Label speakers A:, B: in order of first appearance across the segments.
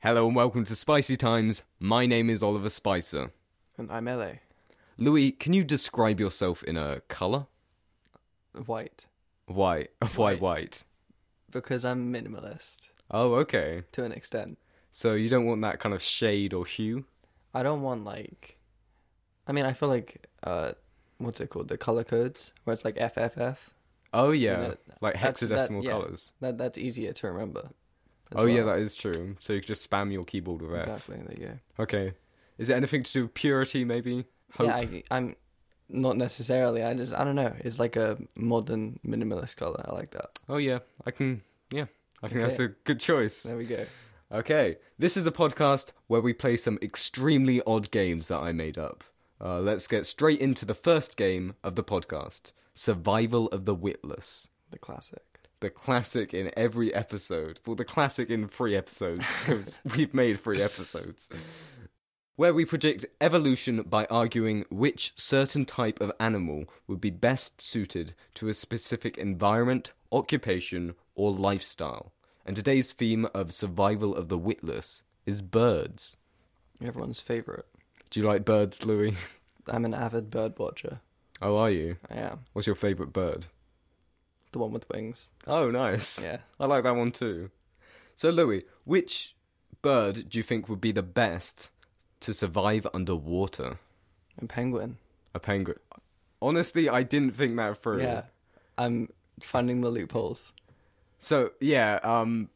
A: Hello and welcome to Spicy Times. My name is Oliver Spicer.
B: And I'm LA.
A: Louis, can you describe yourself in a color?
B: White.
A: Why? Why
B: White.
A: white?
B: Because I'm minimalist
A: Oh, okay.
B: to an extent.
A: So you don't want that kind of shade or hue?
B: I don't want like I mean I feel like uh what's it called? The color codes where it's like FFF.
A: Oh yeah,
B: that-
A: like
B: that's- that-
A: hexadecimal
B: yeah.
A: colors.
B: That that's easier to remember. as
A: Oh yeah,
B: well.
A: that is true. So you can just spam your keyboard with F.
B: exactly. There you go.
A: Okay. Is it anything to do with purity? Maybe hope.
B: Yeah, I, I'm not necessarily. I just I don't know. It's like a modern minimalist color. I like that.
A: Oh yeah, I can. Yeah, I think
B: Okay.
A: that's a good choice.
B: There we go.
A: Okay, this is the podcast where we play some extremely odd games that I made up. Uh, let's get straight into the first game of the podcast Survival of the Witless.
B: The classic.
A: The classic in every episode. Well, the classic in three episodes, because we've made three episodes. Where we predict evolution by arguing which certain type of animal would be best suited to a specific environment, occupation, or lifestyle. And today's theme of survival of the witless is birds.
B: Everyone's favorite.
A: Do you like birds, Louis?
B: I'm an avid bird watcher.
A: Oh, are you?
B: I am
A: What's your favourite bird?
B: the one with wings.
A: Oh, nice.
B: Yeah.
A: I like that one too. So, Louis, which bird do you think would be the best to survive underwater?
B: A penguin.
A: A penguin. Honestly, I didn't think that through.
B: Yeah. I'm finding the loopholes.
A: So, yeah, um,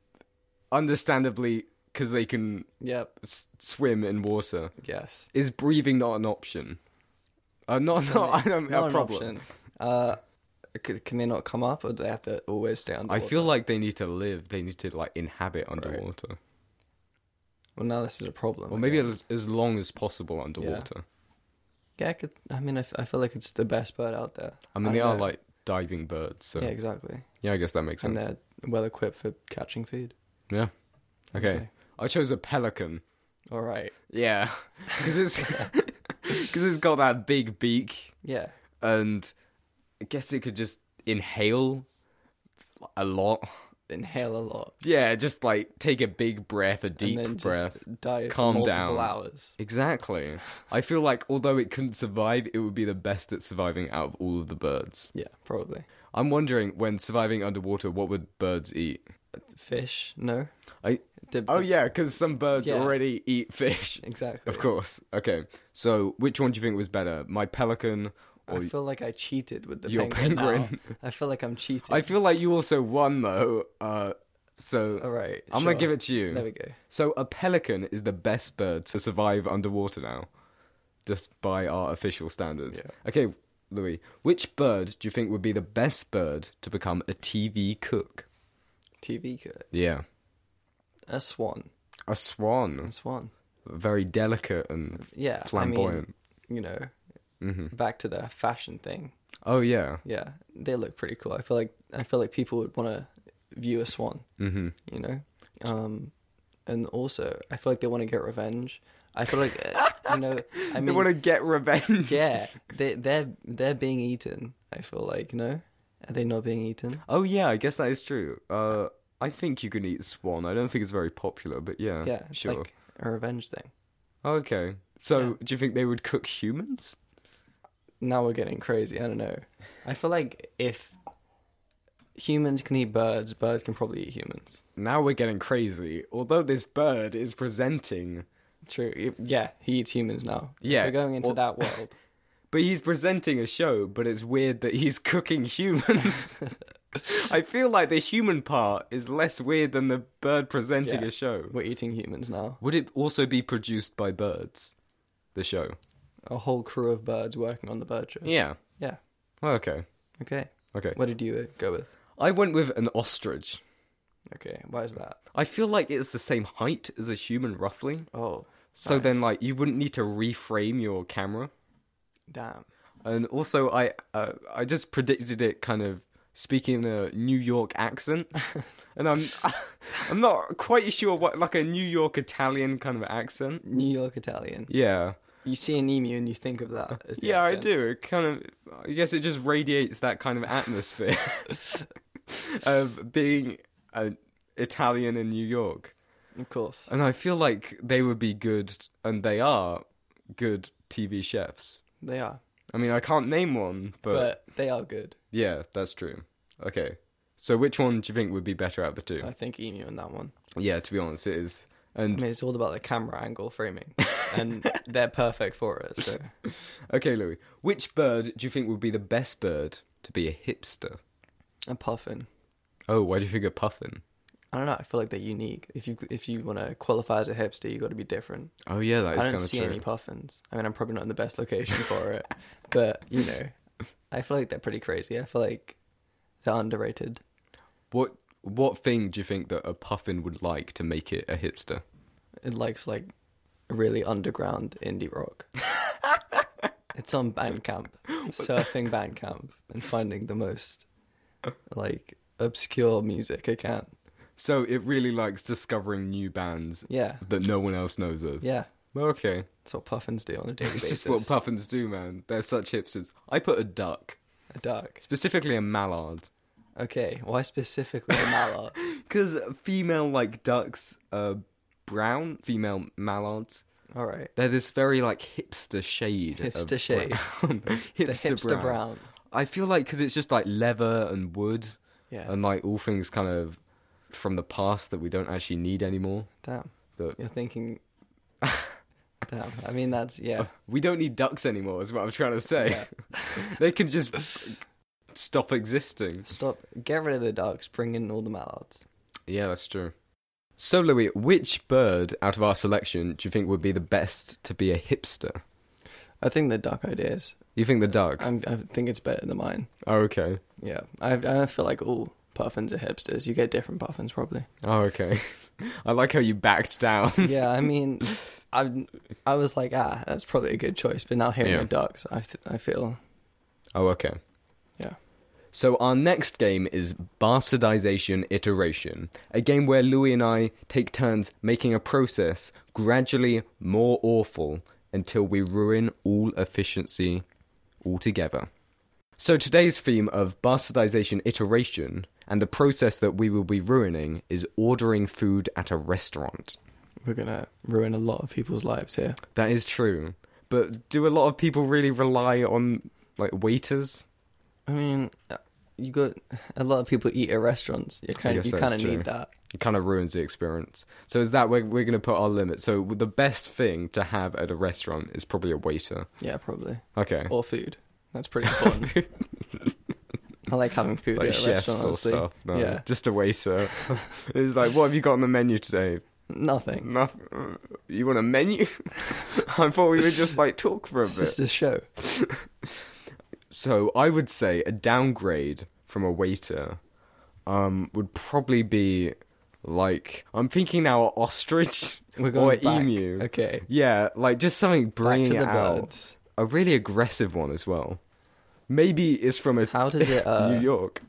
A: understandably, because they can
B: Yep.
A: s- swim in water,
B: Yes.
A: is breathing not an option? Uh, not, not, I don't,
B: Not
A: a
B: an
A: problem.
B: option. Uh, c- can they not come up, or do they have to always stay
A: I
B: underwater?
A: feel like they need to live. They need to like inhabit underwater,
B: Well, now this is a problem.
A: or maybe
B: again.
A: as, as long as possible underwater.
B: yeah. I could. I mean, I, f- I feel like it's the best bird out there.
A: I mean,
B: I
A: they
B: don't
A: are
B: know.
A: like diving birds, so
B: Yeah, exactly.
A: yeah, I guess that makes
B: And
A: sense.
B: they're well equipped for catching food.
A: Yeah. Okay.
B: Okay.
A: I chose a pelican.
B: All right.
A: Yeah, because it's because it's got that big beak,
B: Yeah.
A: and I guess it could just inhale a lot.
B: Inhale a lot.
A: Yeah, just like take a big breath, a deep
B: and then
A: breath.
B: Just dive
A: Calm
B: for multiple
A: down.
B: hours.
A: Exactly. I feel like although it couldn't survive, it would be the best at surviving out of all of the birds.
B: Yeah, probably.
A: I'm wondering when surviving underwater, what would birds eat?
B: Fish? No.
A: I
B: The-
A: oh
B: the-
A: yeah, because some birds
B: Yeah.
A: already eat fish.
B: Exactly.
A: Of course. Okay. So, which one do you think was better, my pelican or?
B: I feel like I cheated with the
A: Your
B: penguin.
A: penguin.
B: now. I feel like I'm cheating.
A: I feel like you also won though. Uh, so
B: All right.
A: I'm
B: sure.
A: gonna give it to you.
B: There we go.
A: So, a pelican is the best bird to survive underwater now, just by our official standards.
B: Yeah.
A: Okay, Louis, which bird do you think would be the best bird to become a TV cook?
B: TV good.
A: Yeah,
B: A swan.
A: a swan,
B: A swan.
A: very delicate and
B: Yeah. I mean,
A: flamboyant. Mm-hmm.
B: you know, back to the fashion thing.
A: Oh yeah,
B: Yeah, they look pretty cool. I feel like I feel like people would want to view a swan.
A: mm-hmm.
B: You know, um, and also I feel like they want to get revenge. I feel like uh, you know. I
A: they
B: mean,
A: want to get revenge.
B: yeah, they they're they're being eaten. I feel like no, are they not being eaten?
A: Oh yeah, I guess that is true. Uh, I think you can eat swan. I don't think it's very popular, but yeah,
B: Yeah, it's
A: sure.
B: like a revenge thing.
A: Okay, so
B: Yeah.
A: do you think they would cook humans?
B: now we're getting crazy. I don't know. I feel like if humans can eat birds, birds can probably eat humans.
A: Now we're getting crazy. Although this bird is presenting,
B: True. Y- Yeah, he eats humans now. If
A: Yeah,
B: we're going into
A: well-
B: that world.
A: but he's presenting a show. But it's weird that he's cooking humans. I feel like the human part is less weird than the bird presenting
B: Yeah.
A: a show.
B: We're eating humans now.
A: Would it also be produced by birds? The show.
B: A whole crew of birds working on the bird show.
A: Yeah.
B: Yeah.
A: Okay.
B: Okay.
A: Okay.
B: What did you uh, go with?
A: I went with an ostrich.
B: Okay. Why is that?
A: I feel like it's the same height as a human, roughly.
B: Oh,
A: So then,
B: Nice.
A: like, you wouldn't need to reframe your camera.
B: damn.
A: And also, I uh, I just predicted it kind of speaking in a New York accent, and I'm I'm not quite sure what like a New York Italian kind of accent.
B: New York Italian.
A: Yeah,
B: You see an emu and you think of that. As the
A: yeah, I
B: accent.
A: do. It kind of, I guess it just radiates that kind of atmosphere of being an Italian in New York.
B: Of course.
A: And I feel like they would be good, and they are good TV chefs.
B: They are.
A: I mean, I can't name one, but,
B: But, they are good.
A: yeah, that's true. Okay. So which one do you think would be better out of the two?
B: I think Emu in that one.
A: yeah, to be honest, it is.
B: I
A: And
B: mean, it's all about the camera angle framing, and they're perfect for it. So
A: okay, Louis, which bird do you think would be the best bird to be a hipster?
B: a puffin.
A: Oh, why do you think a puffin?
B: I don't know. I feel like they're unique. If you if you want to qualify as a hipster, you got to be different.
A: Oh yeah, that is
B: I don't
A: kind of
B: see
A: true.
B: any puffins. I mean, I'm probably not in the best location for it, but you know, I feel like they're pretty crazy. I feel like they're underrated.
A: What what thing do you think that a puffin would like to make it a hipster?
B: It likes like really underground indie rock. it's on Bandcamp, surfing Bandcamp, and finding the most like obscure music I can.
A: So it really likes discovering new bands
B: Yeah,
A: that no one else knows of.
B: yeah.
A: Well, okay.
B: That's what puffins do on a daily
A: It's
B: basis.
A: just what puffins do, man. They're such hipsters. I put a duck,
B: a duck.
A: specifically a mallard,
B: Okay, why specifically a mallard?
A: because female like ducks are brown. Female mallards.
B: All right,
A: They're this very like hipster shade. of
B: Hipster shade.
A: brown. hipster,
B: the hipster
A: brown.
B: brown.
A: I feel like because it's just like leather and wood
B: Yeah,
A: and like all things kind of from the past that we don't actually need anymore.
B: damn.
A: That
B: You're thinking. damn. I mean, that's yeah.
A: we don't need ducks anymore. Is what I'm trying to say.
B: yeah.
A: they can just stop existing.
B: Stop. Get rid of the ducks. Bring in all the mallards.
A: Yeah, that's true. So, Louis, which bird out of our selection do you think would be the best to be a hipster?
B: I think the duck idea is.
A: You think the duck?
B: I'm, I think it's better than mine.
A: oh, okay.
B: Yeah, I I feel like all puffins are hipsters. You get different puffins probably.
A: Oh, okay. I like how you backed down.
B: yeah, I mean, I I was like, ah, that's probably a good choice. But now hearing
A: Yeah.
B: the ducks, I th- I feel
A: oh, okay.
B: yeah.
A: So, our next game is Bastardization Iteration, a game where Louis and I take turns making a process gradually more awful until we ruin all efficiency altogether. So, today's theme of Bastardization Iteration and the process that we will be ruining is ordering food at a restaurant.
B: We're gonna ruin a lot of people's lives here.
A: That is true. But do a lot of people really rely on like waiters?
B: I mean, uh, you got a lot of people eat at restaurants. You kind
A: guess
B: of you
A: that's
B: kind of
A: true.
B: need that.
A: it kind of ruins the experience. So is that where we're going to put our limit? So the best thing to have at a restaurant is probably a waiter.
B: Yeah, probably.
A: Okay.
B: Or food. That's pretty important. I like having food
A: like
B: at a
A: chefs
B: restaurant.
A: or
B: honestly.
A: stuff. No,
B: Yeah,
A: just a waiter. it's like, what have you got on the menu today?
B: nothing.
A: Nothing. You want a menu? I thought we would just like talk for a
B: It's
A: bit.
B: just a show.
A: So I would say a downgrade from a waiter um, would probably be like I'm thinking now ostrich
B: We're
A: or
B: going back.
A: emu.
B: Okay,
A: Yeah, like just something
B: back
A: bringing
B: to the
A: out.
B: birds.
A: a really aggressive one as well. Maybe it's from a
B: How does it
A: New
B: uh,
A: York.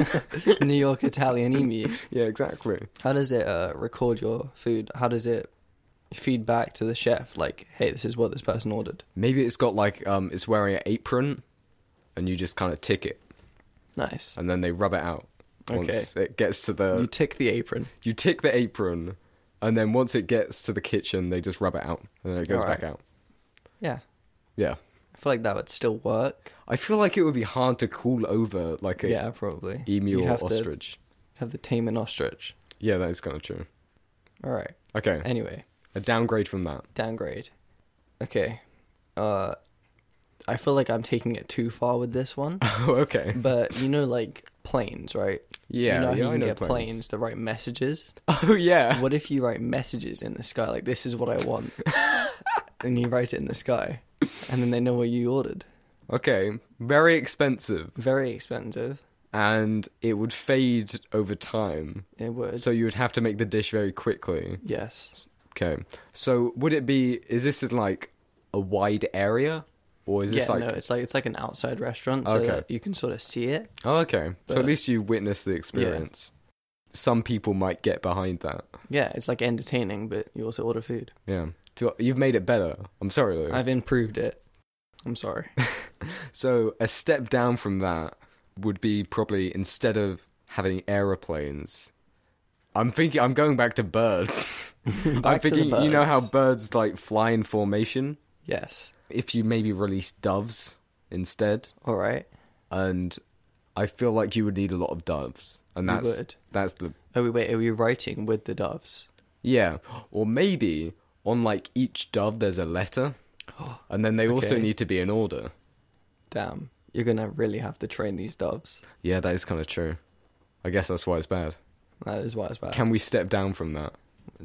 B: New York Italian emu?
A: Yeah, exactly.
B: How does it uh, record your food? How does it feed back to the chef? Like, hey, this is what this person ordered.
A: Maybe it's got like um, it's wearing an apron, and you just kind of tick it,
B: Nice.
A: and then they rub it out. Once it gets to the
B: You tick the apron.
A: you tick the apron, and then once it gets to the kitchen, they just rub it out, and then it goes
B: Alright.
A: back out.
B: Yeah,
A: Yeah,
B: I feel like that would still work.
A: I feel like it would be hard to call over like a
B: Yeah, probably.
A: emu
B: You'd
A: or
B: have
A: ostrich.
B: To have the tame an ostrich.
A: Yeah, that is kind of true.
B: All right.
A: Okay,
B: Anyway,
A: a downgrade from that.
B: downgrade. Okay. Uh, I feel like I'm taking it too far with this one,
A: Oh, okay.
B: but you know, like planes, right?
A: Yeah,
B: you know how
A: yeah,
B: you
A: I
B: can
A: know
B: get planes.
A: planes.
B: that write messages.
A: Oh yeah.
B: What if you write messages in the sky, like "This is what I want," and you write it in the sky, and then they know what you ordered?
A: Okay, very expensive,
B: Very expensive.
A: and it would fade over time.
B: It would.
A: So you would have to make the dish very quickly.
B: yes.
A: Okay, so would it be? Is this in like a wide area, or is
B: Yeah.
A: this like?
B: no. It's like it's like an outside restaurant, so
A: Okay.
B: that you can sort of see it.
A: Oh, okay. so at
B: But-
A: least you witness the experience. Some people might get behind that.
B: Yeah, it's like entertaining, but you also order food.
A: Yeah, Do- you've made it better. I'm sorry, Lou.
B: I've improved it. I'm sorry.
A: So a step down from that would be probably instead of having aeroplanes, I'm thinking I'm going back to birds. I'm
B: Back to the
A: thinking you know how
B: birds.
A: birds like fly in formation.
B: Yes.
A: If you maybe release doves instead,
B: All right.
A: and I feel like you would need a lot of doves, and
B: You
A: that's
B: would.
A: that's the
B: Oh wait, wait, are we writing with the doves?
A: yeah. Or maybe on like each dove there's a letter, and then they also
B: Okay.
A: need to be in order.
B: Damn, you're gonna really have to train these doves.
A: Yeah, that is kind of true. I guess that's why it's bad.
B: That is what it's about.
A: Can we step down from that?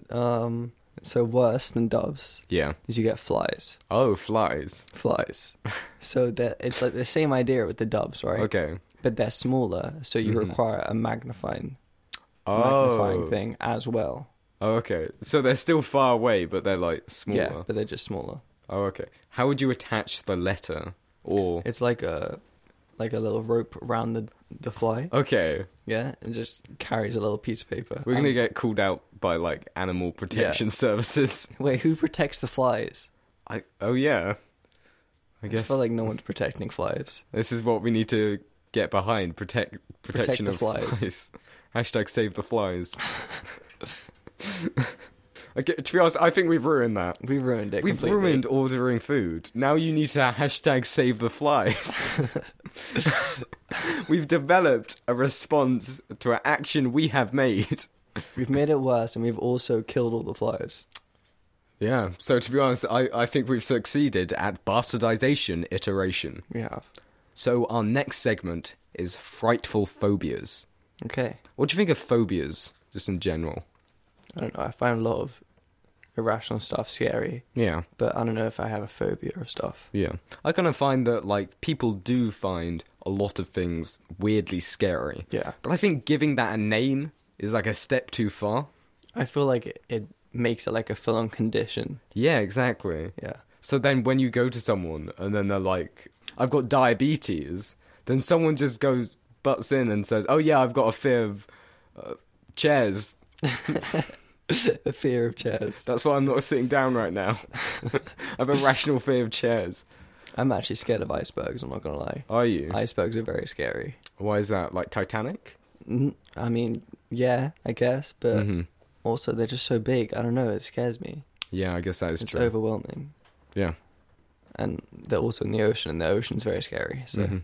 B: Um, so worse than doves
A: Yeah.
B: is you get flies.
A: Oh, flies.
B: Flies. so that it's like the same idea with the doves, right?
A: Okay. Mm-hmm.
B: But they're smaller, so you require a magnifying
A: Oh.
B: magnifying thing as well.
A: oh. Okay. So they're still far away, but they're like smaller.
B: Yeah, but they're just smaller.
A: Oh, okay. How would you attach the letter? Or
B: It's like a like a little rope around the the fly.
A: okay,
B: Yeah, and just carries a little piece of paper.
A: we're
B: And-
A: gonna get called out by like animal protection services.
B: Wait, who protects the flies?
A: I oh yeah, I
B: I
A: guess
B: feel like no one's protecting flies.
A: this is what we need to get behind: protect protection
B: the
A: of
B: flies.
A: flies. Hashtag save the flies. I get- to be honest, I think we've ruined that.
B: We ruined it.
A: We've
B: completely.
A: ruined ordering food. Now you need to hashtag save the flies. We've developed a response to an action we have made.
B: We've made it worse, and we've also killed all the flies.
A: Yeah, so to be honest, I, I think we've succeeded at bastardization iteration.
B: We have.
A: So our next segment is frightful phobias.
B: Okay.
A: What do you think of phobias, just in general?
B: I don't know. I find a lot of irrational stuff scary,
A: Yeah,
B: but I don't know if I have a phobia of stuff.
A: yeah. I kind of find that, like, people do find a lot of things weirdly scary.
B: Yeah.
A: But I think giving that a name is like a step too far.
B: I feel like it, it makes it like a full-on condition.
A: Yeah, exactly.
B: Yeah.
A: So then when you go to someone and then they're like, I've got diabetes, then someone just goes, butts in and says, Oh, yeah, I've got a fear of uh, chairs.
B: a fear of chairs.
A: That's why I'm not sitting down right now. I have a rational fear of chairs.
B: I'm actually scared of icebergs. I'm not gonna lie.
A: Are you?
B: Icebergs are very scary.
A: Why is that? Like Titanic?
B: N- Mm, I mean, yeah, I guess, but
A: Mm-hmm.
B: also they're just so big. I don't know. It scares me.
A: Yeah, I guess that is
B: It's
A: true.
B: overwhelming.
A: Yeah.
B: and they're also in the ocean, and the ocean's very scary. So
A: Mm-hmm.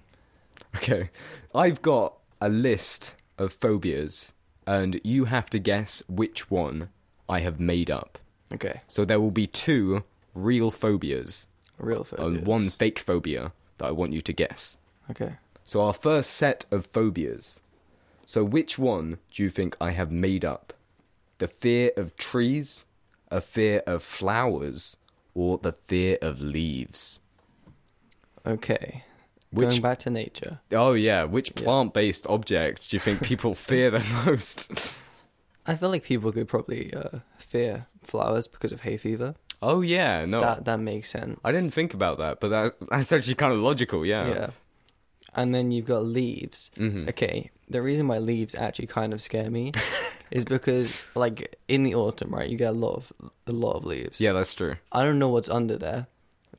A: Okay. I've got a list of phobias, and you have to guess which one I have made up.
B: okay,
A: So there will be two real phobias
B: real phobias.
A: and Uh, one fake phobia that I want you to guess.
B: Okay,
A: So our first set of phobias. So which one do you think I have made up? The fear of trees, a fear of flowers, or the fear of leaves?
B: okay.
A: Which-
B: Going back to nature,
A: Oh yeah, which plant-based object do you think people fear the most?
B: I feel like people could probably uh, fear flowers because of hay fever.
A: oh yeah, no.
B: That that makes sense.
A: I didn't think about that, but that, that's actually kind of logical, yeah. Mm-hmm.
B: Yeah. And then you've got leaves. Okay, the reason why leaves actually kind of scare me is because, like, in the autumn, right, you get a lot of a lot of leaves.
A: Yeah, that's true.
B: I don't know what's under there.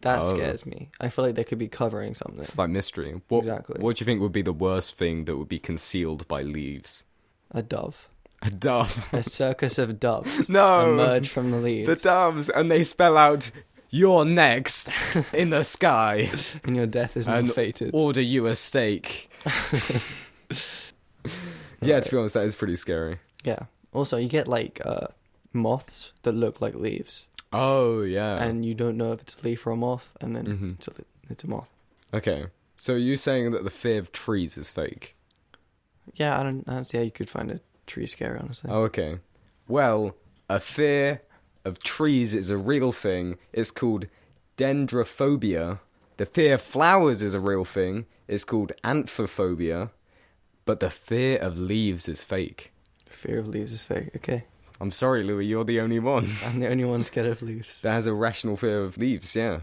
B: That
A: Oh.
B: scares me. I feel like they could be covering something.
A: It's like mystery. What,
B: Exactly.
A: What do you think would be the worst thing that would be concealed by leaves?
B: A dove.
A: A dove.
B: A circus of doves
A: No.
B: emerge from the leaves.
A: Oh. the doves, and they spell out, "You're next in the sky,"
B: and your death is not
A: and
B: fated.
A: order you a steak. yeah, to be honest, that is pretty scary.
B: yeah. Also, you get like uh, moths that look like leaves,
A: Oh Mm-hmm. yeah.
B: and you don't know if it's a leaf or a moth, and then it's, a, it's a moth.
A: okay, so you're saying that the fear of trees is fake?
B: Yeah, I don't, I don't see how you could find a tree scary, honestly.
A: Oh, okay. Well, a fear of trees is a real thing. It's called dendrophobia. The fear of flowers is a real thing. It's called anthophobia. But the fear of leaves is fake.
B: Fear of leaves is fake. Okay.
A: I'm sorry, Louis, you're the only one
B: I'm the only one scared of leaves.
A: that has a rational fear of leaves, yeah.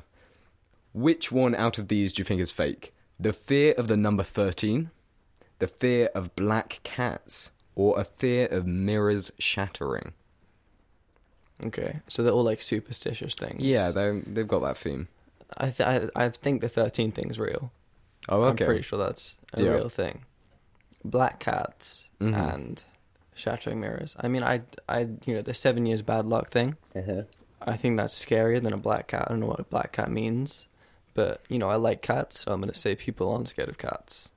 A: Which one out of these do you think is fake? The fear of the number 13, the fear of black cats, or a fear of mirrors shattering?
B: Okay. So they're all like superstitious things.
A: Yeah, they they've got that theme.
B: I, th- I, I think the 13 thing's real.
A: Oh,
B: I'm pretty sure that's a
A: Yeah. Mm-hmm.
B: real thing. Black cats and shattering mirrors. I mean, I, I, you know, the seven years bad luck thing.
A: Uh-huh.
B: I think that's scarier than a black cat. I don't know what a black cat means, but you know, I like cats, so I'm gonna say people aren't scared of cats.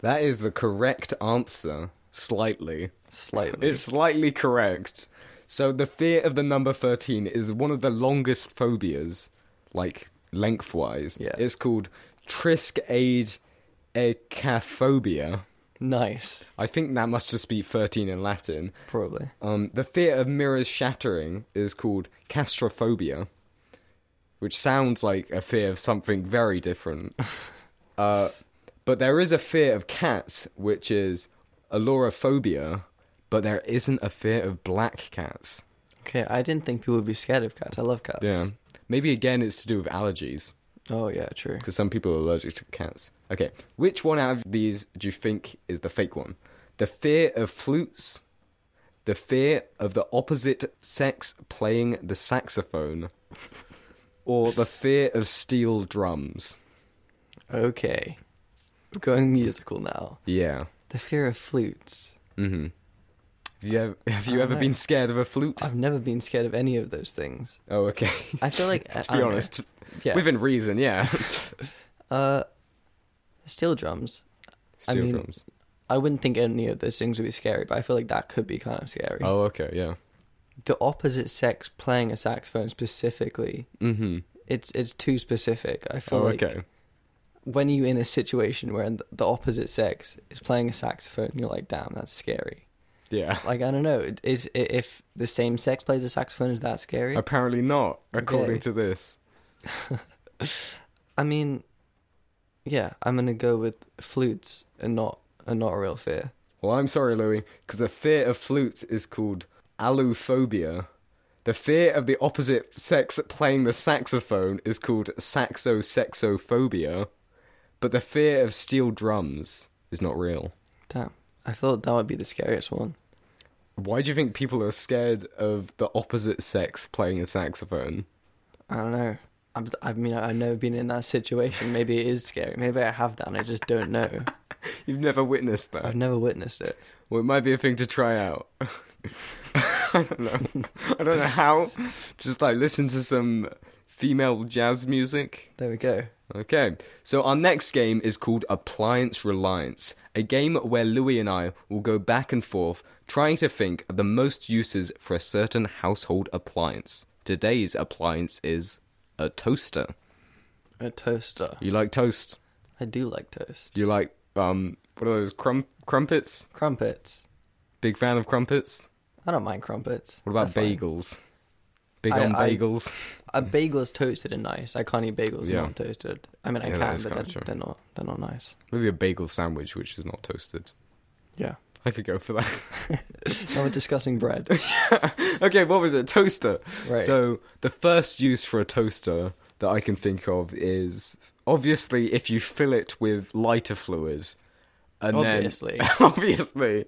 A: That is the correct answer. Slightly.
B: Slightly.
A: It's slightly correct. So the fear of the number 13 is one of the longest phobias, like lengthwise.
B: Yeah.
A: It's called Trisk Age Ecaphobia.
B: nice,
A: I think that must just be 13 in Latin.
B: probably.
A: Um, the fear of mirrors shattering is called castrophobia, which sounds like a fear of something very different. uh, but there is a fear of cats, which is alorophobia, but there isn't a fear of black cats.
B: Okay, I didn't think people would be scared of cats. I love cats.
A: Yeah. Maybe again it's to do with allergies,
B: Oh yeah, true.
A: because some people are allergic to cats. Okay, which one out of these do you think is the fake one? The fear of flutes, the fear of the opposite sex playing the saxophone, or the fear of steel drums?
B: Okay, We're going musical now.
A: Yeah.
B: The fear of flutes.
A: Mm-hmm. Have you ever, have you
B: I
A: ever
B: dunno.
A: been scared of a flute?
B: I've never been scared of any of those things.
A: Oh, okay.
B: I feel like
A: to
B: I
A: be
B: don't know.
A: honest,
B: Yeah.
A: within reason, yeah.
B: Uh, steel drums. I
A: steel
B: mean-
A: drums.
B: I wouldn't think any of those things would be scary, but I feel like that could be kind of scary.
A: Oh, okay, yeah.
B: The opposite sex playing a saxophone specifically,
A: Mm-hmm.
B: it's it's too specific. I feel
A: Oh,
B: like
A: okay.
B: when you're in a situation where th- the opposite sex is playing a saxophone, you're like, damn, that's scary.
A: Yeah.
B: Like I don't know, is i- if the same sex plays a saxophone, is that scary?
A: Apparently not, according
B: Okay.
A: to this.
B: I mean, yeah, I'm gonna go with flutes and not and not a real fear.
A: Well, I'm sorry, Louis, because the fear of flute is called allophobia. The fear of the opposite sex playing the saxophone is called saxosexophobia. But the fear of steel drums is not real.
B: Damn, I thought that would be the scariest one.
A: Why do you think people are scared of the opposite sex playing a saxophone?
B: I don't know. I, I mean, I've never been in that situation. Maybe it is scary. Maybe I have that and I just don't know.
A: You've never witnessed that.
B: I've never witnessed it.
A: Well, it might be a thing to try out. I don't know. I don't know how. Just like listen to some female jazz music.
B: There we go.
A: Okay, so our next game is called Appliance Reliance, a game where Louis and I will go back and forth trying to think of the most uses for a certain household appliance. Today's appliance is a toaster.
B: A toaster.
A: You like toast?
B: I do like toast.
A: Do you like um what are those crum- crumpets?
B: Crumpets.
A: Big fan of crumpets?
B: I don't mind crumpets.
A: What about
B: They're fine.
A: bagels? Big
B: I-
A: on
B: I-
A: bagels.
B: A bagel's toasted and nice. I can't eat bagels
A: Yeah.
B: not toasted. I mean, I
A: Yeah, that
B: can,
A: is
B: but
A: kinda
B: they're,
A: true.
B: they're not. They're not nice.
A: Maybe a bagel sandwich which is not toasted.
B: Yeah.
A: I could go for that.
B: Now we're discussing bread.
A: okay, what was it? Toaster.
B: Right.
A: So the first use for a toaster that I can think of is obviously if you fill it with lighter fluid, and
B: Obviously.
A: then obviously,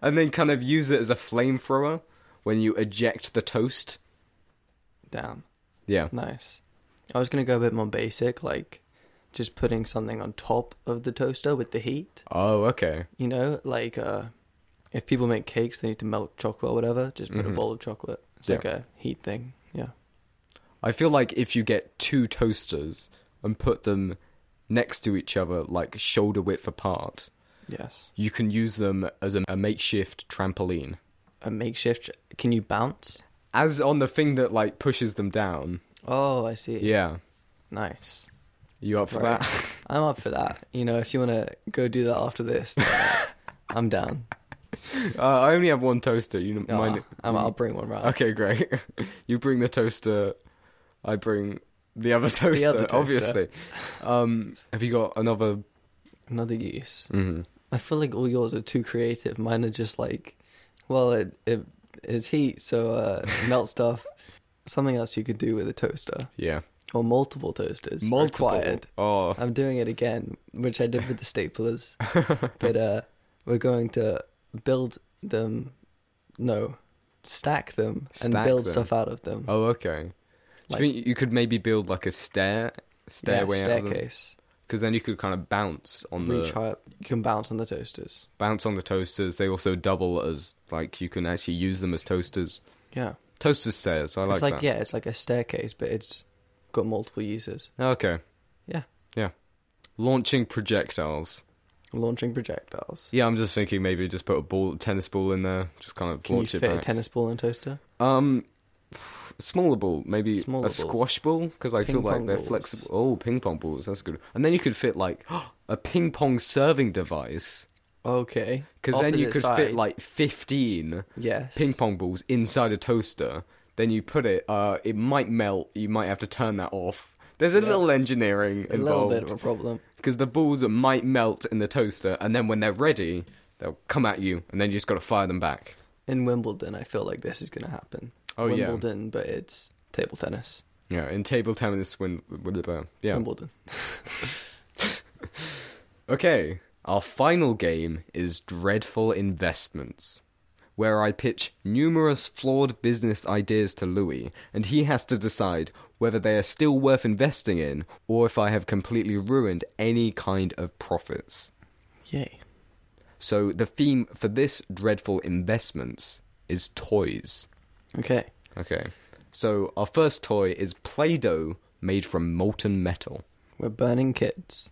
A: and then kind of use it as a flamethrower when you eject the toast.
B: Damn.
A: Yeah.
B: Nice. I was gonna go a bit more basic, like just putting something on top of the toaster with the heat.
A: Oh, okay.
B: You know, like uh, if people make cakes, they need to melt chocolate or whatever. Just put a bowl of chocolate. It's
A: Mm-hmm. Yeah.
B: like a heat thing. Yeah.
A: I feel like if you get two toasters and put them next to each other, like shoulder width apart,
B: Yes.
A: you can use them as a, a makeshift trampoline.
B: A makeshift. Can you bounce?
A: As on the thing that like pushes them down.
B: Oh, I see.
A: Yeah.
B: Nice.
A: You up for
B: Right.
A: that?
B: I'm up for that. You know, if you wanna go do that after this, then, uh, I'm down.
A: Uh, I only have one toaster. You don't
B: Nah,
A: mind?
B: I'm, I'll bring one round.
A: Okay, great. you bring the toaster. I bring the other toaster.
B: toaster.
A: Obviously. um, have you got another?
B: Another use.
A: Mhm.
B: I feel like all yours are too creative. Mine are just like, well, it it is heat, so uh, melt stuff. Something else you could do with a toaster
A: Yeah.
B: or multiple toasters.
A: Multiple.
B: Required.
A: Oh,
B: I'm doing it again, which I did with the staplers. but uh, we're going to build them. No, stack them and
A: Stack
B: build
A: them.
B: stuff out of them.
A: oh, okay. Do
B: Like-
A: you think you could maybe build like a stair,
B: Yeah,
A: stairway out of them? I
B: staircase.
A: because then you could kind of bounce on
B: Reach
A: the
B: high up. You can bounce on the toasters.
A: bounce on the toasters. They also double as like you can actually use them as toasters.
B: Yeah.
A: Toaster stairs. I like,
B: it's like
A: that.
B: yeah, it's like a staircase, but it's got multiple uses.
A: Okay.
B: Yeah.
A: Yeah. Launching projectiles.
B: Launching projectiles.
A: Yeah, I'm just thinking maybe just put a ball, tennis ball in there, just kind of
B: Can
A: launch
B: you
A: it
B: fit a
A: back.
B: tennis ball in a toaster?
A: um, smaller ball, maybe
B: Smaller
A: a
B: balls.
A: squash ball because I feel
B: Ping
A: like
B: pong
A: they're
B: balls.
A: flexible. Oh, ping pong balls, that's good. And then you could fit like a ping pong serving device
B: Okay.
A: because then you
B: Opposite
A: could
B: side.
A: fit like 15
B: yes.
A: ping pong balls inside a toaster. Then you put it. Uh, it might melt. You might have to turn that off. There's a
B: Yeah.
A: little engineering
B: A little bit
A: involved
B: of a problem.
A: because the balls might melt in the toaster, and then when they're ready, they'll come at you, and then you just got to fire them back.
B: In Wimbledon, I feel like this is going to happen.
A: Oh, yeah.
B: Wimbledon, but it's table tennis.
A: Yeah, in table tennis, win. with the- Yeah.
B: Wimbledon.
A: Okay, our final game is Dreadful Investments, where I pitch numerous flawed business ideas to Louis, and he has to decide whether they are still worth investing in or if I have completely ruined any kind of profits.
B: Yay.
A: So, the theme for this Dreadful Investments is toys.
B: Okay.
A: Okay, so our first toy is Play Doh made from molten metal.
B: We're burning kids.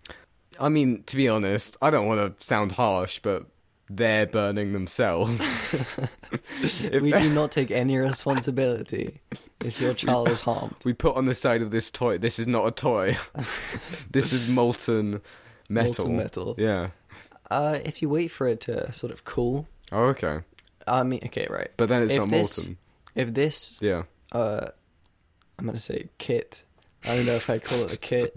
A: I mean, to be honest, I don't want to sound harsh, but they're burning themselves. If-
B: we do not take any responsibility if your child is harmed.
A: we put on the side of this toy, this is not a toy. this is molten metal.
B: Molten metal.
A: Yeah.
B: Uh, if you wait for it to sort of cool,
A: Oh, okay.
B: I mean, okay, right.
A: But then it's
B: If
A: not
B: this-
A: molten.
B: If this,
A: Yeah.
B: uh, I'm gonna say kit. I don't know if I call it a kit,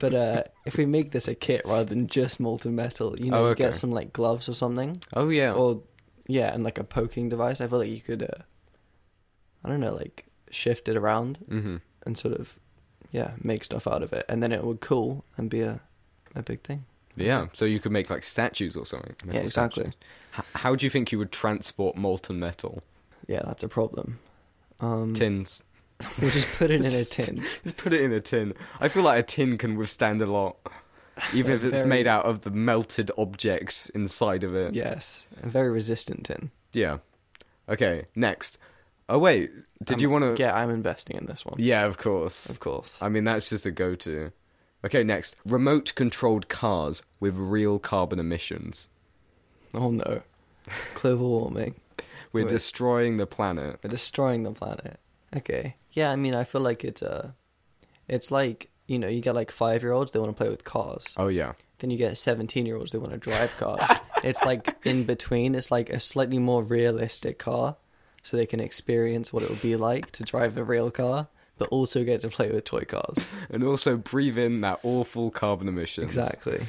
B: but uh, if we make this a kit rather than just molten metal, you know,
A: Oh,
B: you get
A: okay.
B: some like gloves or something,
A: Oh, yeah.
B: or yeah, and like a poking device. I feel like you could, uh, I don't know, like shift it around
A: mm-hmm.
B: and sort of, yeah, make stuff out of it, and then it would cool and be a, a big thing.
A: Yeah. So you could make like statues or something.
B: yeah,
A: metal
B: exactly.
A: statues. H- how do you think you would transport molten metal?
B: Yeah, that's a problem. Um,
A: Tins.
B: We'll just put it in a
A: Just-
B: tin.
A: Just put it in a tin. I feel like a tin can withstand a lot. Even if it's
B: Very-
A: made out of the melted object inside of it.
B: Yes, a very resistant tin.
A: Yeah. Okay, next. Oh wait, did
B: I'm-
A: you want to
B: Yeah, I'm investing in this one.
A: Yeah, of course.
B: Um, Of course.
A: I mean, that's just a go-to. Okay, next. Remote controlled cars with real carbon emissions.
B: Oh no. Global warming.
A: We're
B: Wait.
A: destroying the planet.
B: We're destroying the planet. Okay. Yeah, I mean, I feel like it's uh it's like you know, you get like five year olds, they want to play with cars.
A: Oh yeah.
B: Then you get seventeen year olds, they want to drive cars. it's like in between. It's like a slightly more realistic car, so they can experience what it would be like to drive a real car, but also get to play with toy cars.
A: And also breathe in that awful carbon emissions.
B: Exactly.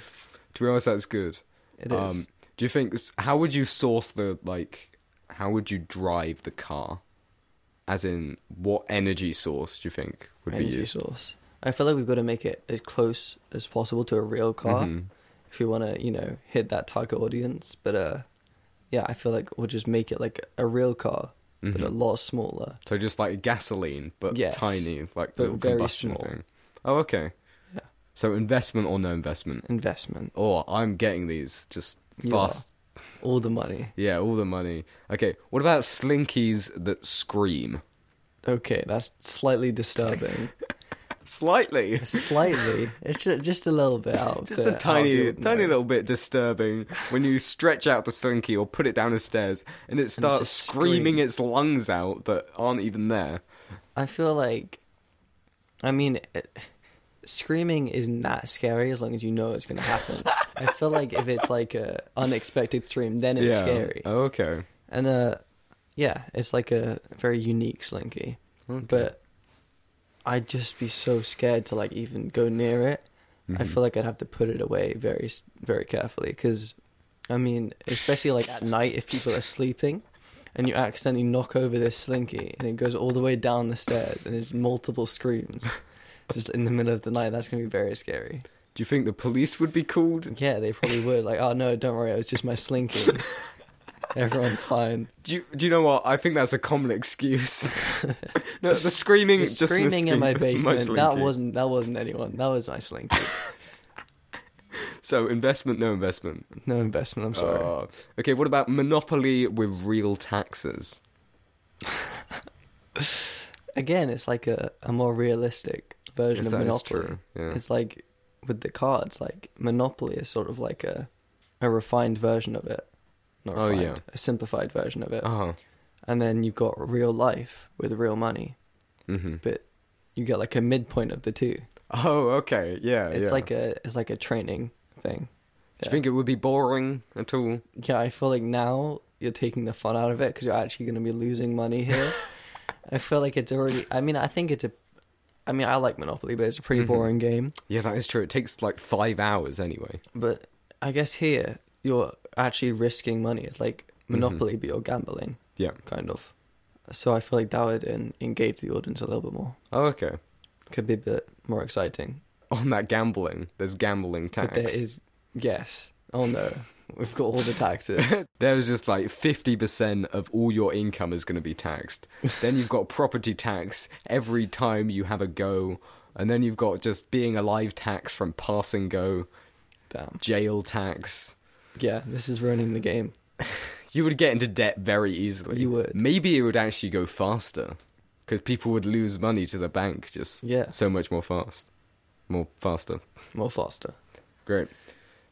A: To be honest, that's good. Um,
B: It is.
A: do you think how would you source the like how would you drive the car? As in what energy source do you think would be
B: energy
A: used?
B: source. I feel like we've got to make it as close as possible to a real car
A: Mm-hmm.
B: if we want to, you know, hit that target audience. But uh, yeah, I feel like we'll just make it like a real car, but a
A: Mm-hmm.
B: lot smaller.
A: So just like gasoline, but
B: Yes,
A: tiny, like
B: but
A: the
B: very
A: combustion
B: small.
A: thing. Oh, okay.
B: Yeah.
A: So investment or no investment?
B: Investment,
A: Oh, I'm getting these just
B: You are.
A: fast.
B: all the money.
A: Yeah, all the money. Okay, what about slinkies that scream?
B: Okay, that's slightly disturbing.
A: Slightly,
B: slightly, it's ju- just a little bit out. of
A: just
B: the-
A: a
B: out of
A: tiny,
B: the
A: tiny
B: ordinary.
A: little bit disturbing when you stretch out the slinky or put it down the stairs and it starts
B: just
A: screaming
B: scream.
A: its lungs out that aren't even there.
B: I feel like, I mean, it, screaming isn't that scary as long as you know it's going to happen. I feel like if it's like a unexpected scream, then it's
A: yeah.
B: scary.
A: Oh, okay.
B: And uh, yeah, it's like a very unique slinky. But I'd just be so scared to like even go near it. I feel like I'd have to put it away very, s- very carefully because, I mean, especially like at night if people are sleeping. And you accidentally knock over this slinky, and it goes all the way down the stairs, and there's multiple screams, just in the middle of the night. That's gonna be very scary.
A: Do you think the police would be called?
B: Yeah, they probably would. Like, oh no, don't worry, it was just my slinky. Everyone's fine.
A: Do you, do you know what? I think that's a common excuse. no, the screaming,
B: You're
A: just
B: screaming in my basement. that
A: slinky.
B: wasn't that wasn't anyone. That was my slinky.
A: So investment, no investment.
B: No investment, I'm sorry.
A: Oh. okay, what about monopoly with real taxes?
B: Again, it's like a, a more realistic version
A: Yes,
B: of
A: that is
B: Monopoly.
A: true. Yeah.
B: It's like with the cards, like Monopoly is sort of like a a refined version of it. Not
A: Oh,
B: refined,
A: yeah.
B: a simplified version of it.
A: Oh.
B: And then you've got real life with real money.
A: hmm
B: But you get like a midpoint of the two.
A: Oh, okay. Yeah.
B: It's
A: yeah.
B: like a it's like a training thing.
A: Do you think it would be boring at all?
B: Yeah, I feel like now you're taking the fun out of it because you're actually going to be losing money here. I feel like it's already. I mean, I think it's a. I mean, I like Monopoly, but it's a
A: Mm-hmm.
B: pretty boring game.
A: Yeah, that is true. It takes like five hours anyway.
B: But I guess here you're actually risking money. It's like Monopoly, but you're gambling,
A: Mm-hmm. Yeah.
B: kind of. So I feel like that would en- engage the audience a little bit more.
A: Oh, okay.
B: Could be a bit more exciting.
A: On that gambling, there's gambling tax.
B: But there is yes. Oh no, we've got all the taxes.
A: There's just like 50% of all your income is going to be taxed. then you've got property tax every time you have a go. And then you've got just being alive tax from passing go,
B: Damn.
A: jail tax.
B: Yeah, this is ruining the game.
A: You would get into debt very easily.
B: You would.
A: Maybe it would actually go faster because people would lose money to the bank just
B: Yeah,
A: so much more fast. More faster.
B: more faster.
A: Great.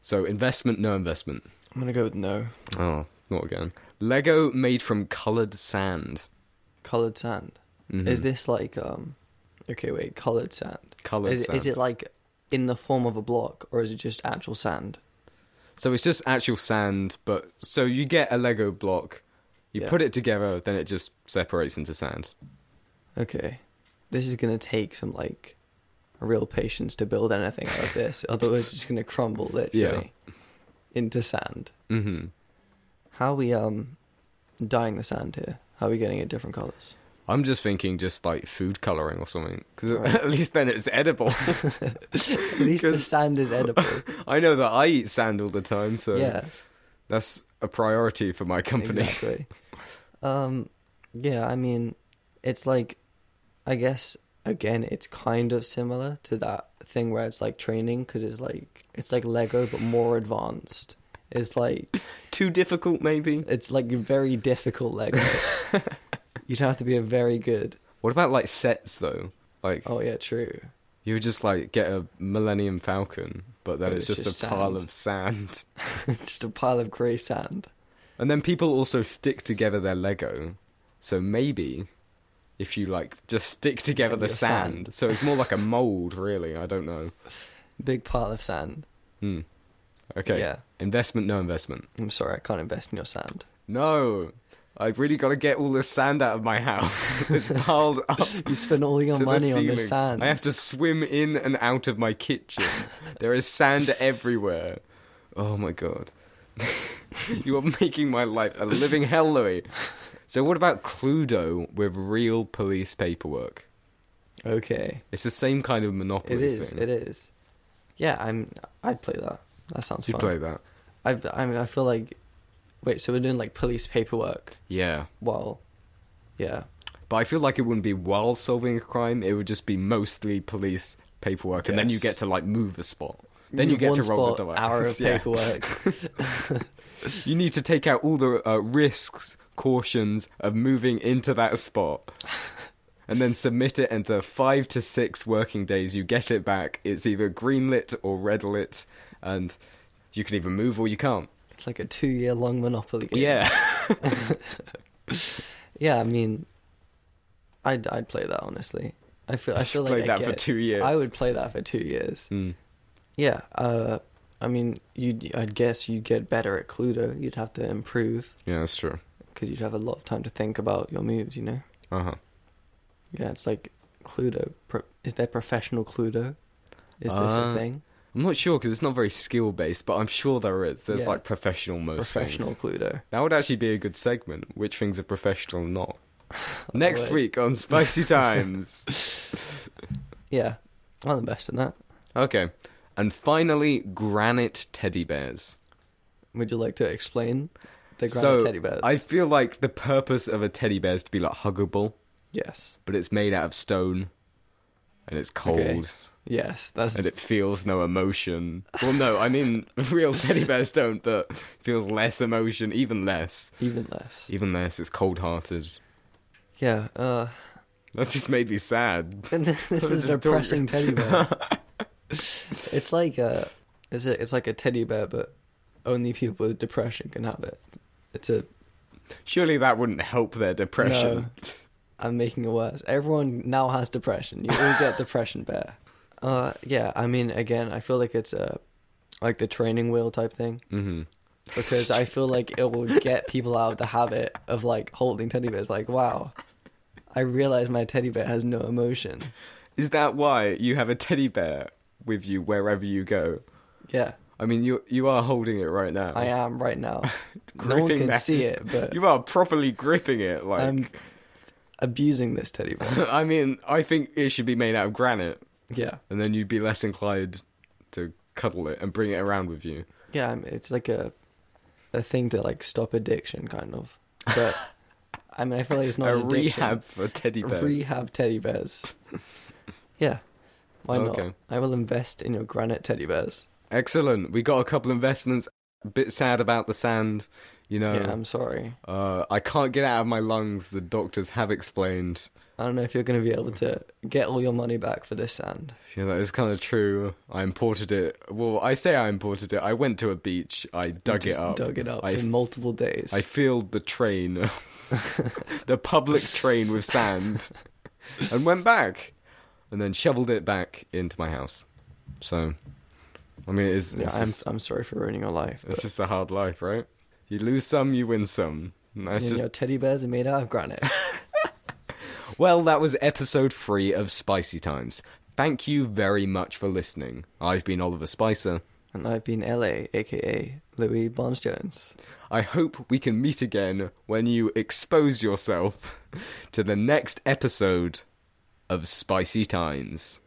A: So investment, no investment.
B: I'm gonna go with no.
A: Oh, not again. Lego made from coloured sand.
B: Colored sand.
A: Mhm.
B: Is this like um? Okay, wait. Colored sand.
A: coloured
B: is,
A: sand?
B: is it like in the form of a block, or is it just actual sand?
A: So it's just actual sand, but so you get a Lego block, you
B: Yeah.
A: put it together, then it just separates into sand.
B: Okay, this is gonna take some like real patience to build anything like this. Otherwise, it's just gonna crumble literally into sand.
A: hmm
B: How are we um dyeing the sand here? How are we getting it different colors?
A: I'm just thinking, just like food coloring or something, because
B: Right.
A: at least then it's edible.
B: At least the
A: 'Cause-
B: sand is edible.
A: I know that I eat sand all the time, so
B: yeah,
A: that's a priority for my company.
B: Exactly. Um, yeah, I mean, it's like, I guess again, it's kind of similar to that thing where it's like training because it's like it's like Lego but more advanced. It's like
A: Too difficult, maybe.
B: it's like very difficult Lego. You'd have to be a very good.
A: What about like sets though? Like
B: Oh yeah, true.
A: you would just like get a Millennium Falcon, but then
B: But
A: it's,
B: it's
A: just,
B: just
A: a pile
B: sand.
A: of sand.
B: Just a pile of grey sand.
A: And then people also stick together their Lego. So maybe if you like just stick together
B: Maybe
A: the
B: a
A: sand,
B: sand.
A: so it's more like a mold, really. I don't know.
B: Big pile of sand.
A: Hmm. Okay.
B: Yeah.
A: Investment, no investment.
B: I'm sorry, I can't invest in your sand.
A: No. I've really got to get all this sand out of my house. it's piled up.
B: You spend all your
A: to the
B: money on the
A: ceiling.
B: sand.
A: I have to swim in and out of my kitchen. there is sand everywhere. Oh my god. you are making my life a living hell, Louis. So what about Cluedo with real police paperwork?
B: Okay.
A: It's the same kind of monopoly
B: It is.
A: thing.
B: It is. Yeah, I'm. I'd play that. That sounds
A: You
B: fun.
A: play that?
B: I, I, I feel like. Wait, so we're doing like police paperwork
A: Yeah.
B: while, yeah,
A: But I feel like it wouldn't be while solving a crime, it would just be mostly police paperwork and then you
B: Yes.
A: get to like move a spot. Then you get
B: one
A: to roll the
B: spot,
A: dice.
B: Hour of
A: Yeah.
B: paperwork.
A: You need to take out all the uh, risks, cautions of moving into that spot. And then submit it, and to five to six working days, you get it back. It's either greenlit or red lit, and you can either move or you can't.
B: it's like a two-year-long monopoly game.
A: Yeah.
B: Yeah, I mean, I'd I'd play that honestly. I feel I feel like
A: Played
B: I
A: that
B: get
A: for
B: it.
A: two years.
B: I would play that for two years.
A: Mm.
B: Yeah. Uh, I mean, you. I'd guess you'd get better at Cluedo. You'd have to improve
A: Yeah, that's true.
B: because you'd have a lot of time to think about your moves. You know.
A: Uh huh.
B: Yeah, it's like Cluedo. Pro- is there professional Cluedo? Is this
A: Ah,
B: a thing?
A: I'm not sure because it's not very skill based, but I'm sure there is. There's
B: Yeah.
A: like professional most
B: Professional
A: things.
B: Cluedo.
A: That would actually be a good segment. Which things are professional and not? Next
B: would.
A: week on Spicy Times.
B: Yeah, I'm the best in that.
A: Okay. And finally, granite teddy bears.
B: Would you like to explain the granite
A: so
B: teddy bears?
A: I feel like the purpose of a teddy bear is to be like huggable,
B: yes.
A: but it's made out of stone and it's cold.
B: Okay. Yes, that's
A: and it feels no emotion. Well, no, I mean real teddy bears don't, but feels less emotion, even less,
B: even less.
A: even less. It's cold-hearted.
B: Yeah, uh,
A: That just made me sad.
B: this
A: was
B: is a
A: just
B: depressing teddy bear. it's like a, it's a, it's like a teddy bear, but only people with depression can have it. It's a
A: Surely that wouldn't help their depression.
B: No, I'm making it worse. Everyone now has depression. You all get depression bear. Uh, yeah. I mean, again, I feel like it's a like the training wheel type thing
A: hmm
B: because I feel like it will get people out of the habit of like holding teddy bears. Like, wow, I realize my teddy bear has no emotion.
A: Is that why you have a teddy bear with you wherever you go?
B: Yeah,
A: I mean, you you are holding it right now.
B: I am right now. no one
A: Gripping
B: can
A: that.
B: see it, but Um,
A: You are properly gripping it. Like,
B: I'm abusing this teddy bear.
A: I mean, I think it should be made out of granite,
B: Yeah,
A: and then you'd be less inclined to cuddle it and bring it around with you.
B: yeah. I'm, it's like a a thing to like stop addiction, kind of. But I mean, I feel like it's not
A: a
B: an addiction.
A: rehab for teddy bears.
B: Rehab teddy bears. yeah. Why not?
A: Okay.
B: I will invest in your granite teddy bears.
A: Excellent. We got a couple investments. Bit sad about the sand, you know.
B: Yeah, I'm sorry.
A: Uh, I can't get it out of my lungs. The doctors have explained.
B: I don't know if you're going to be able to get all your money back for this sand.
A: Yeah, that is kind of true. I imported it. Well, I say I imported it. I went to a beach. I dug
B: Just
A: it up.
B: Dug it up
A: I
B: for multiple days.
A: I filled the train, the public train with sand, and went back, and then shoveled it back into my house. So, I mean, it is,
B: yeah,
A: it's,
B: I'm,
A: just,
B: I'm sorry for ruining your life.
A: it's
B: but-
A: just a hard life, right? You lose some, you win some. And That's
B: and
A: just
B: your teddy bears are made out of granite.
A: Well, that was episode three of Spicy Times. Thank you very much for listening. I've been Oliver Spicer.
B: and I've been LA, aka Louis Barnes Jones.
A: I hope we can meet again when you expose yourself to the next episode of Spicy Times.